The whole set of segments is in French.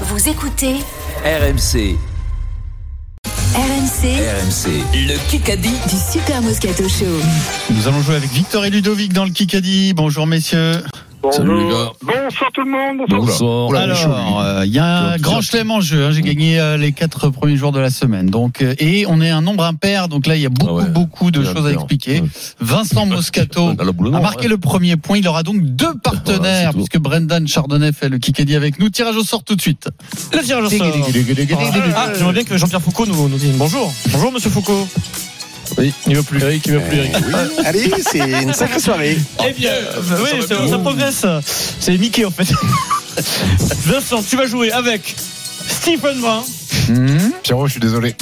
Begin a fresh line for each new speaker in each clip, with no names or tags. Vous écoutez
RMC,
RMC
RMC, le Kikadi.
du Super Moscato Show.
Nous allons jouer avec Victor et Ludovic dans le Kikadi. Bonjour messieurs.
Bonjour.
Salut, les gars.
Bonsoir tout le monde. Bonsoir.
Bonsoir.
Alors, euh, il y a un
Bonjour.
grand chelem en jeu. hein.
Mm.
J'ai gagné euh, les quatre premiers jours de la semaine. Donc, euh, et on est un nombre impair. Donc là, il y a beaucoup,
Ah ouais.
beaucoup de
Il y a
choses à
impair.
expliquer.
Ouais.
Vincent Moscato
À la boule
a
noire,
marqué
ouais.
le premier point. Il aura donc
Ah,
deux
Voilà,
partenaires
c'est tout.
puisque Brendan Chardonnay fait le Kikadi avec nous. Tirage au sort tout de suite.
Le tirage au sort. Ah, j'aimerais bien que Jean-Pierre Foucault nous, nous dise bonjour. Bonjour, monsieur Foucault.
Oui.
Il veut plus. Eric, il veut plus, Eric.
Allez, c'est une sacrée soirée.
Eh bien, oui,
va
ça,
bien.
ça progresse. C'est Mickey, en fait. Vincent, tu vas jouer avec Stephen Brun
Mhm.
Pierrot, je suis désolé.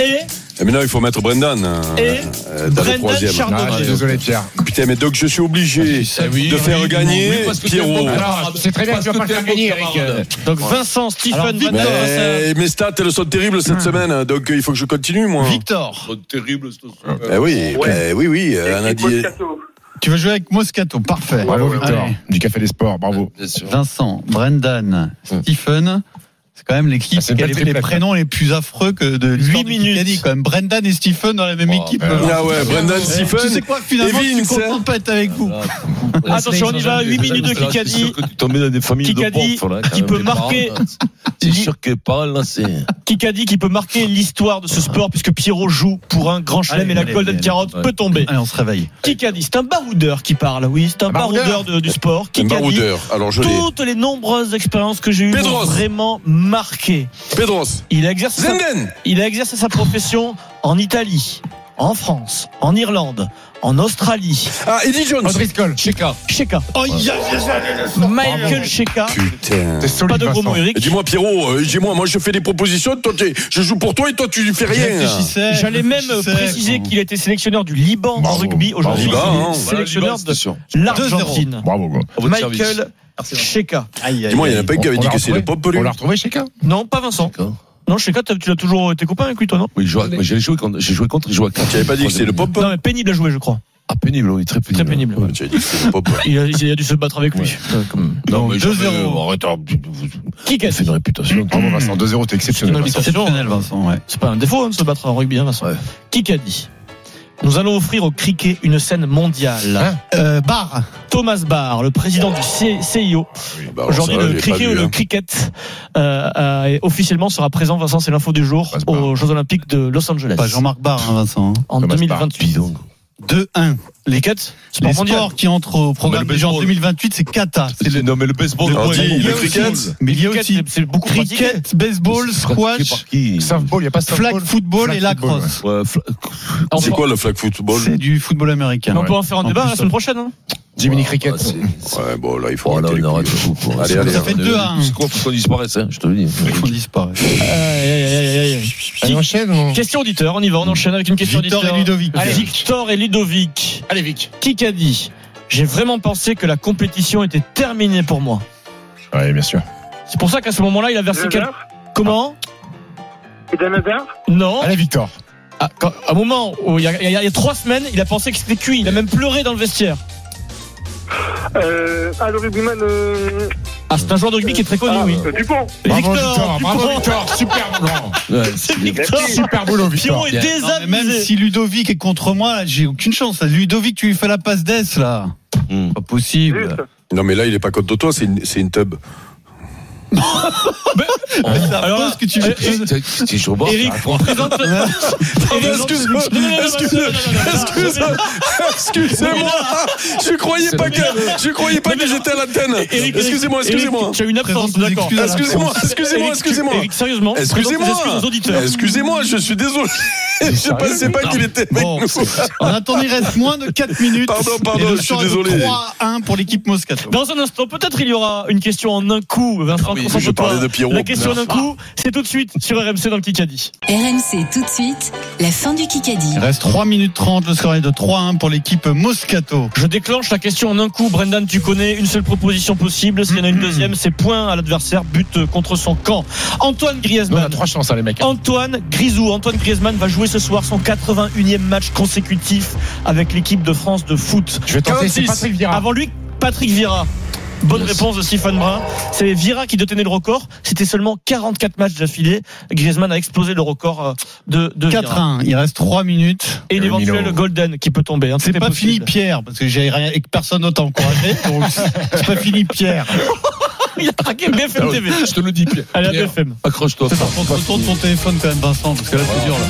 et,
Eh, Mais non, il faut mettre Brendan euh,
et
euh, dans le
Brendan
troisième.
Ah, je suis
Chardonnay.
désolé, Pierre.
Putain, mais donc je suis obligé
Eh oui,
de
oui,
faire
oui,
gagner
oui, parce que t'es un bon
Pierrot.
camarade.
Alors, c'est très bien,
Parce
tu vas pas
que
le faire
t'es un
gagner,
bon
Eric.
camarade.
Donc Vincent, Stephen,
Alors,
Brun.
Victor,
Mais mes stats, elles sont terribles cette semaine, hein, donc euh, il faut que je continue, moi.
Victor,
Terrible, ce soir.
Eh oui,
Ouais.
eh oui, oui, euh, on a
Équipe
dit.
Moscato.
tu veux jouer avec Moscato. Parfait.
Bravo, Victor.
Allez.
Du Café des Sports, bravo.
Bien sûr.
Vincent, Brendan, Stephen. C'est quand même l'équipe
Ah, c'est
qui a
une
les,
belle
les
triplette,
prénoms les plus affreux que de l'histoire du
minutes.
Kikadi, quand même. Brendan et Stephen dans la même
Oh,
équipe.
ben,
Alors,
Ah ouais, Brendan
Tu sais
Stephen.
quoi, finalement,
et
je suis
Vince,
content de pas être avec vous.
Ah, Attention, on y va. 8 minutes de
Là, c'est
Kikadi.
sûr que tu tombes dans des familles de
Kikadi
porcs, là, quand
qui
même,
peut
les parents,
marquer-
là. C'est sûr que les parents, là, c'est.
Kikadi qui peut marquer l'histoire de ce sport puisque Pierrot joue pour un grand chelem
Allez,
et la
allez,
Golden
allez,
Carotte
allez.
peut tomber.
Allez, on se réveille.
Kikadi, c'est un baroudeur qui parle, oui, c'est un,
baroudeur.
baroudeur de- du sport.
Un
Kikadi,
baroudeur. Alors je l'ai.
toutes les nombreuses expériences que j'ai eues
Pedros.
m'ont vraiment marqué.
Pedros.
Il a, exercé sa,
Zenden.
il a exercé sa profession en Italie, en France, en Irlande, en Australie.
Ah, Eddie Jones.
Andris Cole.
Cheka.
Sheka,
Oh, il y a-
Michael Sheka.
C'est
Putain.
Pas
solide,
de gros mots,
Vincent.
Et
Eric.
Dis-moi, Pierrot, euh, dis-moi, moi je fais des propositions, toi tu- je joue pour toi et toi tu fais rien.
Réfléchissez,
J'allais même
réfléchissez.
préciser qu'il était sélectionneur du Liban en
Bravo.
rugby. Aujourd'hui,
Liban,
il
hein.
est sélectionneur de l'Argentine.
Bravo, quoi.
À votre service.
Michael Sheka.
Aïe, aïe,
Dis-moi, il y en
aïe.
a pas un qui avait
On
dit
l'a
que c'est le
retrouvé
pop, lui.
On l'a retrouvé, chacun
Non, pas Vincent.
Cheka.
Non, Sheka, t'as- tu l'as toujours été copain avec lui, toi, non
Oui, je joue à- mais j'ai joué contre, j'ai joué contre, il joue à quatre.
Tu avais pas dit que c'est le pop
Non, mais pénible à jouer, je crois.
Ah, pénible, oui, très pénible.
Très pénible.
Tu avais dit que c'est le pop.
Il a, il a dû se battre avec lui. Euh,
Non, mais
2-0.
jamais, euh, Arrête, ah, tu- tu- tu- tu
Kikadi.
fais une réputation.
Bravo, Vincent. 2-0, t'es exceptionnel.
Non, mais-
Exceptionnel, Vincent, ouais.
C'est pas un défaut hein, de se battre en rugby, hein, Vincent.
Ouais.
Qui qu'a dit Nous allons offrir au cricket une scène mondiale.
Hein
Euh, Barre.
Thomas Barr, le président du C- CIO,
Bah,
aujourd'hui
ça, je
le
l'ai pas
cricket,
vu,
le
hein.
cricket euh, euh, officiellement sera présent. Vincent, c'est l'info du jour
Thomas Barr.
aux Jeux Olympiques de Los Angeles
Pas Jean-Marc Barre, hein, Vincent.
en
Thomas Barr,
2028.
Bidon.
2-1.
Les quêtes, sport
Les
mondial.
sports qui entrent au programme
Mais le
déjà en
baseball.
2028, c'est Kata. C'est le
Non, mais le baseball,
Le-
on dit,
Ouais,
Le
aussi.
cricket.
Mais il y a
Cricket,
aussi
c'est beaucoup pratiqué.
cricket, baseball,
pratiqué par
squash,
qui
Softball, il n'y a pas de
flag
softball.
football
Flag
et
football,
lacrosse.
Ouais, fla-
Alors,
C'est quoi le flag football
C'est du football américain.
on peut en faire un
En
débat
plus,
la semaine prochaine. hein.
Jiminy Cricket.
Ouais, c'est- c'est-
Ouais, bon, là, il faut
Oh, là,
arrêter les
on arrête
couilles.
tout, quoi.
Allez, allez,
Ça fait
on est-
deux à un.
C'est quoi pour qu'on disparaisse, hein, je te le dis.
On disparaît.
Aïe, aïe, aïe, aïe, aïe.
Allez, on enchaîne on-
Question auditeur, on y va, on enchaîne avec une question
Victor et
auditeur.
Ludovic.
Allez, Victor et Ludovic.
Allez, Vic.
Qui qu'a dit J'ai vraiment pensé que la compétition était terminée pour moi.
Ouais, bien sûr.
C'est pour ça qu'à ce moment-là, il a versé quel...
Hazard
Comment
Et Dan Hazard
Non.
Allez, Victor.
À, quand- à un moment où il y, a, il y a- il y a trois semaines, il a pensé que c'était cuit. Il a même pleuré dans le vestiaire.
Euh, ah, le rugbyman. Euh,
Ah, c'est un joueur de rugby qui est très connu,
ah,
oui.
euh, Dupont.
Bravo, Victor.
Dupont.
Bravo, Victor. Super boulot.
Ouais,
C'est Victor.
Super boulot, Victor.
Pierrot est
Bien.
Non, mais même
désabusé.
si Ludovic est contre moi, là, j'ai aucune chance. Ludovic, tu lui fais la passe d'Es, là.
Hmm.
Pas possible.
Juste.
Non, mais là, il est pas contre toi, c'est une, c'est une tub.
Alors là,
ce que tu veux.
C'est- c'est- c'est Jean-Bart,
Eric,
ça raconte.
présente.
excuse-moi, excuse-moi, excuse-moi, excusez-moi. Je croyais pas que, je croyais pas que j'étais à l'antenne. Excusez-moi, excusez-moi.
Tu as une absence,
Présente tes
d'accord.
excuses à la
Excusez-moi, excusez-moi,
Eric, tu-
excusez-moi.
Eric, sérieusement,
Excusez-moi.
présente tes excuses aux auditeurs.
Excusez-moi, je suis désolé. Je pensais pas qu'il était avec
Bon.
nous.
En attendant, il reste moins de 4 minutes.
Pardon, pardon,
Et le
je suis
score est de
désolé.
3-1 pour l'équipe Moscato.
Dans un instant, peut-être il y aura une question en un coup, Vincent.
Ah oui,
concentre-toi.
je parlais de Pierrot.
La question en un coup, c'est tout de suite sur RMC dans le Kikadi.
RMC tout de suite, la fin du Kikadi.
Il reste 3 minutes 30. Le score est de 3-1 pour l'équipe Moscato.
Je déclenche la question en un coup. Brendan, tu connais une seule proposition possible. S'il y en a
Mm-hmm.
une deuxième, c'est point à l'adversaire, but contre son camp. Antoine
Nous, On a
Griezmann.
trois chances, hein, les mecs.
Antoine Grisou, Antoine Griezmann va jouer ce soir son 81e match consécutif avec l'équipe de France de foot.
Je vais tenter, c'est
46.
Patrick Vieira.
Avant lui, Patrick Vieira. Bonne
Yes.
réponse de Stéphane Brun. C'est Vira qui détenait le record. C'était seulement 44 matchs d'affilée. Griezmann a explosé le record euh, de, de Vira.
4-1, il reste 3 minutes.
Et
Le
l'éventuel
Milo.
Golden qui peut tomber. hein.
C'est
Tout est
pas
possible.
fini Pierre, parce que j'ai rien, et que personne n'a encouragé, donc c'est pas fini Pierre.
Il a traqué
Ah
BFM TV.
Je te le dis, Pierre.
Allez, à
Pierre,
BFM.
Accroche-toi.
Par contre, retourne ton téléphone quand même Vincent, parce que là c'est dur là.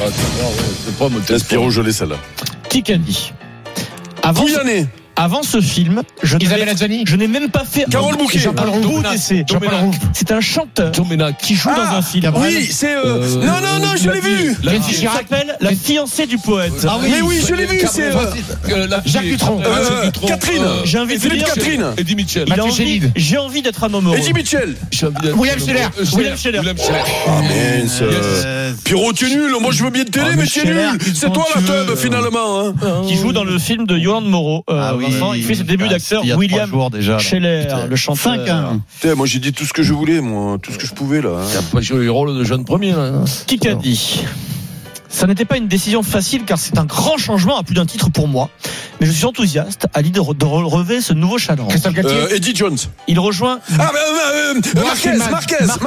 Ah, c'est grave, ouais, c'est pas mon
La
téléphone.
Spiro, je l'ai celle-là.
Qui qu'a dit avant ce,
Pouyanné,
avant ce film, je
Isabelle
n'avais-
Adjani.
je n'ai même pas fait
Carole Bouquet. Ah,
un bout
Doménac.
d'essai.
Doménac.
C'est un chanteur
Doménac.
qui joue dans
Ah,
un film.
Oui, c'est. euh,
Euh,
Non, non, non, je l'ai vu.
la-
Il s'appelle La fiancée du poète.
Ah
Mais oui, je l'ai vu, c'est. euh,
Euh, la-
Jacques Dutronc.
Euh,
Euh,
Jacques Dutronc,
Catherine.
euh,
J'ai envie de
Philippe
dire que-
Catherine.
Eddie Mitchell.
Il a
Mathieu
envie-
Chédid.
J'ai envie d'être un homme heureux.
Eddie Mitchell.
J'ai envie d'être-
William Scheller.
Euh,
William Scheller.
William Scheller.
Ah, mince.
Euh,
Pierrot, tu es nul. Moi, je veux bien te télé,
Ah,
mais
mais
tu es
Scheller,
nul.
qu'est-ce
C'est
qu'on
toi la
tu veux,
teub,
euh,
finalement. hein.
qui joue dans le film de Yolande Moreau. Euh, Vincent, il fait ses débuts
Ah,
d'acteur.
il y a trois
William
jours déjà. là.
Scheller, le chanteur.
5-1.
Putain, moi, j'ai dit tout ce que je voulais, moi. Tout ce que je pouvais, là. hein.
T'as pas joué le rôle de jeune premier, hein. là.
Qui qu'a dit Ça n'était pas une décision facile car c'est un grand changement à plus d'un titre pour moi. Mais je suis enthousiaste à l'idée de re- de relever ce nouveau challenge.
Christophe Galtier.
Euh, Eddie Jones.
Il rejoint
Ah, bah, euh, euh, euh, Marquez, Marquez, Marc Marquez. Ah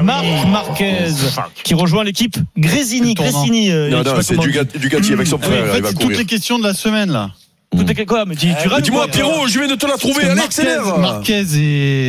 Oh,
Marc Marquez, qui rejoint l'équipe Grésini.
Le tournant.
Grésini, euh,
Non,
je sais
non,
pas
c'est
comment on dit.
Dugat- Dugatti avec son
Ah oui,
frère,
en fait,
il va
c'est toutes
courir.
les questions de la semaine là.
Tout est quoi Mais tu, tu
Mais
rates,
Eh, dis-moi,
quoi.
Pierrot, je viens de te la trouver.
Parce que
Allez,
Marquez,
accélère.
Marquez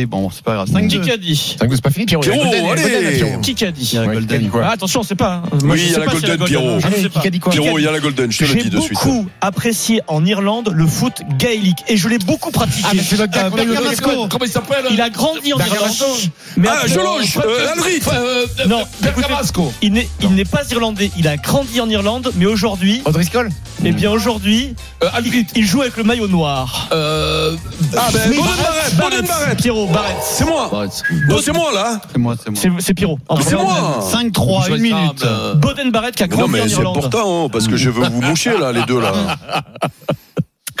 et bon, c'est pas grave. 5
Qui qu'a dit
Cinq, c'est pas fini, Pierrot. Il y a
Pierrot,
Golden, il y a
allez.
Golden, Pierrot.
Qui qu'a dit
Il y a
Ouais,
Golden.
qui a dit quoi
Ah, Attention, on sait pas. hein.
Oui,
Moi, je
il y a
sais
la
pas s'il y a
Golden,
Golden,
Pierrot.
je ne sais
Allez,
pas.
qui a dit quoi
Pierrot, il y a la Golden, je te le
J'ai
dis de suite.
beaucoup apprécié en Irlande le foot gaélique et je l'ai beaucoup pratiqué.
Ah, mais c'est le gars qu'on a eu au
Carrasco.
téléphone. Comment il s'appelle
Il a grandi en
Bergamo.
Irlande. Mais
Ah,
après-
je loge, euh, Alric.
Euh, euh,
Non,
Bergamasco.
il n'est il n'est pas irlandais. Il a grandi en Irlande, mais aujourd'hui,
Oh.
O'Driscoll
eh bien aujourd'hui,
Euh, Alric.
il joue avec le maillot noir.
Euh,
Ah, ben, Golden Barrett, Golden
Barrett,
Barrett.
Pierrot, Barrett.
C'est moi.
Barrett.
Non, c'est moi, là.
C'est moi, c'est moi.
C'est c'est Pierrot. En
C'est
Irlande.
moi.
5-3, une minute.
Euh,
Boden Barrett qui a
Non,
grandi en
mais c'est
Irlande.
important, hein, parce que je veux vous moucher, là, les deux, là.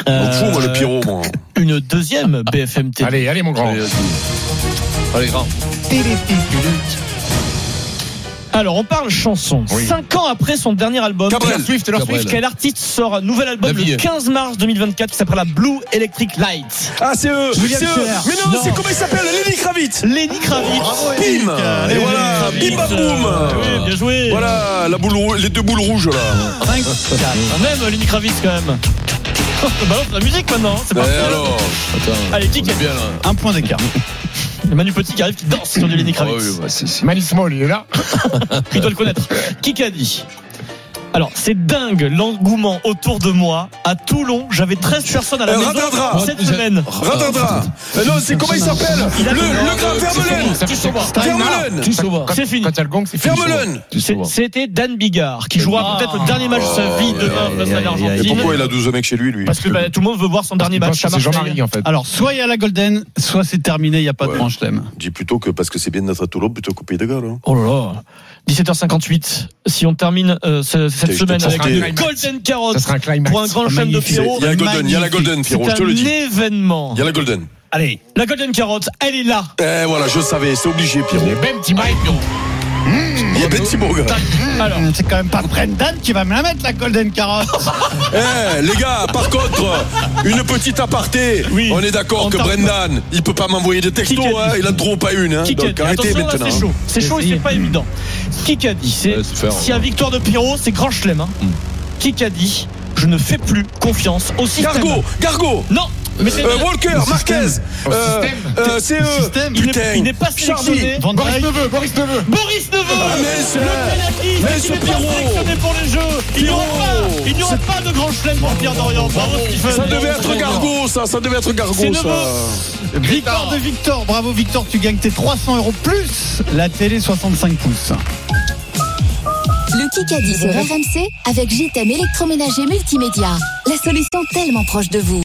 Euh,
M'en fous, moi, le Pierrot, moi.
Une deuxième BFM TV.
Allez, allez, mon grand.
Allez, vas-y. Allez, grand.
Alors on parle chanson.
Oui.
Cinq ans après son dernier album.
Cabrel.
Taylor Swift, Taylor
Gabriel.
Swift.
Quel artiste sort un nouvel album
David.
le 15 mars 2024 qui s'appelle la Blue Electric Light
Ah, c'est eux.
William
C'est eux.
Scheller.
Mais non,
Non.
c'est comment il s'appelle Lenny Kravitz.
Lenny Kravitz.
Bim. Et voilà, bim, bam,
Euh,
boum.
oui, bien joué.
Voilà, la boule rou- les deux boules rouges, là.
On aime Lenny Kravitz quand même. On balance la musique maintenant, hein, c'est
Eh
parti.
alors,
Attends.
Allez, qui
On est bien, là.
Un point d'écart.
Manu Petit qui arrive qui danse sur du Lenny
Ah
Oh,
Kravitz.
oui, bah, c'est- c'est-
Malice Moll, il est là.
Tu dois le connaître. Qui qu'a dit alors, c'est dingue l'engouement autour de moi. À Toulon, j'avais 13 personnes à la
Euh,
maison
Radadra.
cette semaine.
Ratadra. Euh, Non, c'est comment il s'appelle
Il a-
Le, le grand Vermeulen.
Ça fait
Juste moi.
Stein, là.
Vermeulen.
Tu sauves.
Quand-
C'est fini.
Quand il y a le gong, c'est fini.
Vermeulen.
Tu
C'est-
sauves.
C'était Dan Bigard qui jouera
Ah.
peut-être le dernier match de sa vie demain face à
Et
l'Argentine.
pourquoi il a 12 mecs chez lui, lui
Parce que bah, tout le monde veut voir son
Parce
dernier
qu'il
match.
pense que
à
C'est
Marseille.
Jean-Marie, en fait.
Alors, soit il y a la Golden, soit c'est terminé, il n'y a pas de
Ouais.
branche thème.
Dis plutôt que parce que c'est bien d'être à Toulon plutôt qu'au Pays de Galles. hein.
Oh là là. 17h58. Si on termine euh, ce- cette
Putain, je
semaine
te
avec
porte-
le Golden Carrot
Ça sera un climax.
pour un grand chelem de
Magnifique.
C'est-
Pierrot.
Il y a la Golden, il y a la Golden,
C'est
Pierrot, je te le
un
dis.
événement.
Il y a la Golden.
Allez.
La Golden Carotte, elle est là.
Eh voilà, je savais, c'est obligé, Pierrot.
Et même Tim Mike,
Il y a Ben Bourg.
Alors,
C'est quand même pas Brendan qui va me la mettre, la Golden Carotte.
Eh les gars, par contre, une petite aparté.
Oui.
On est d'accord
On
que
tarde.
Brendan, il peut pas m'envoyer de textos,
Qui qu'a
hein,
dit
il en trouve pas une. Hein.
qui qu'a
Donc
dit
arrêtez
Attention là,
maintenant. hein.
c'est chaud. C'est chaud et c'est pas évident. Qui qu'a dit C'est
Ouais, c'est faire,
s'il y a victoire de Pierrot, c'est grand chelem. hein.
Mm.
Qui qu'a dit Je ne fais plus confiance au système.
Gargo, Gargo,
Non, mais c'est
euh, Walker, Marquez, euh, euh, c'est eux.
Système.
il
putain.
n'est- il n'est pas sélectionné.
Van
Boris
Dijk.
Neveu, Boris Neveu.
Boris Neveu
Ah, mais c'est-
Le
mais
penalty
c'est
Il n'est pas
Pierrot.
sélectionné pour les jeux Il n'y aura
Pierrot.
pas Il n'y aura pas de grand chelem pour Pierre Dorian Bravo Stephen
Ça devait être Gargo, ça, ça devait être euh.
C'est
Gargo, ça.
Neveu.
Victoire de Victor. Bravo, Victor. Tu gagnes tes 300 euros plus la télé 65 pouces.
Le Kikadi sur RMC avec JTM électroménager multimédia. La solution tellement proche de vous.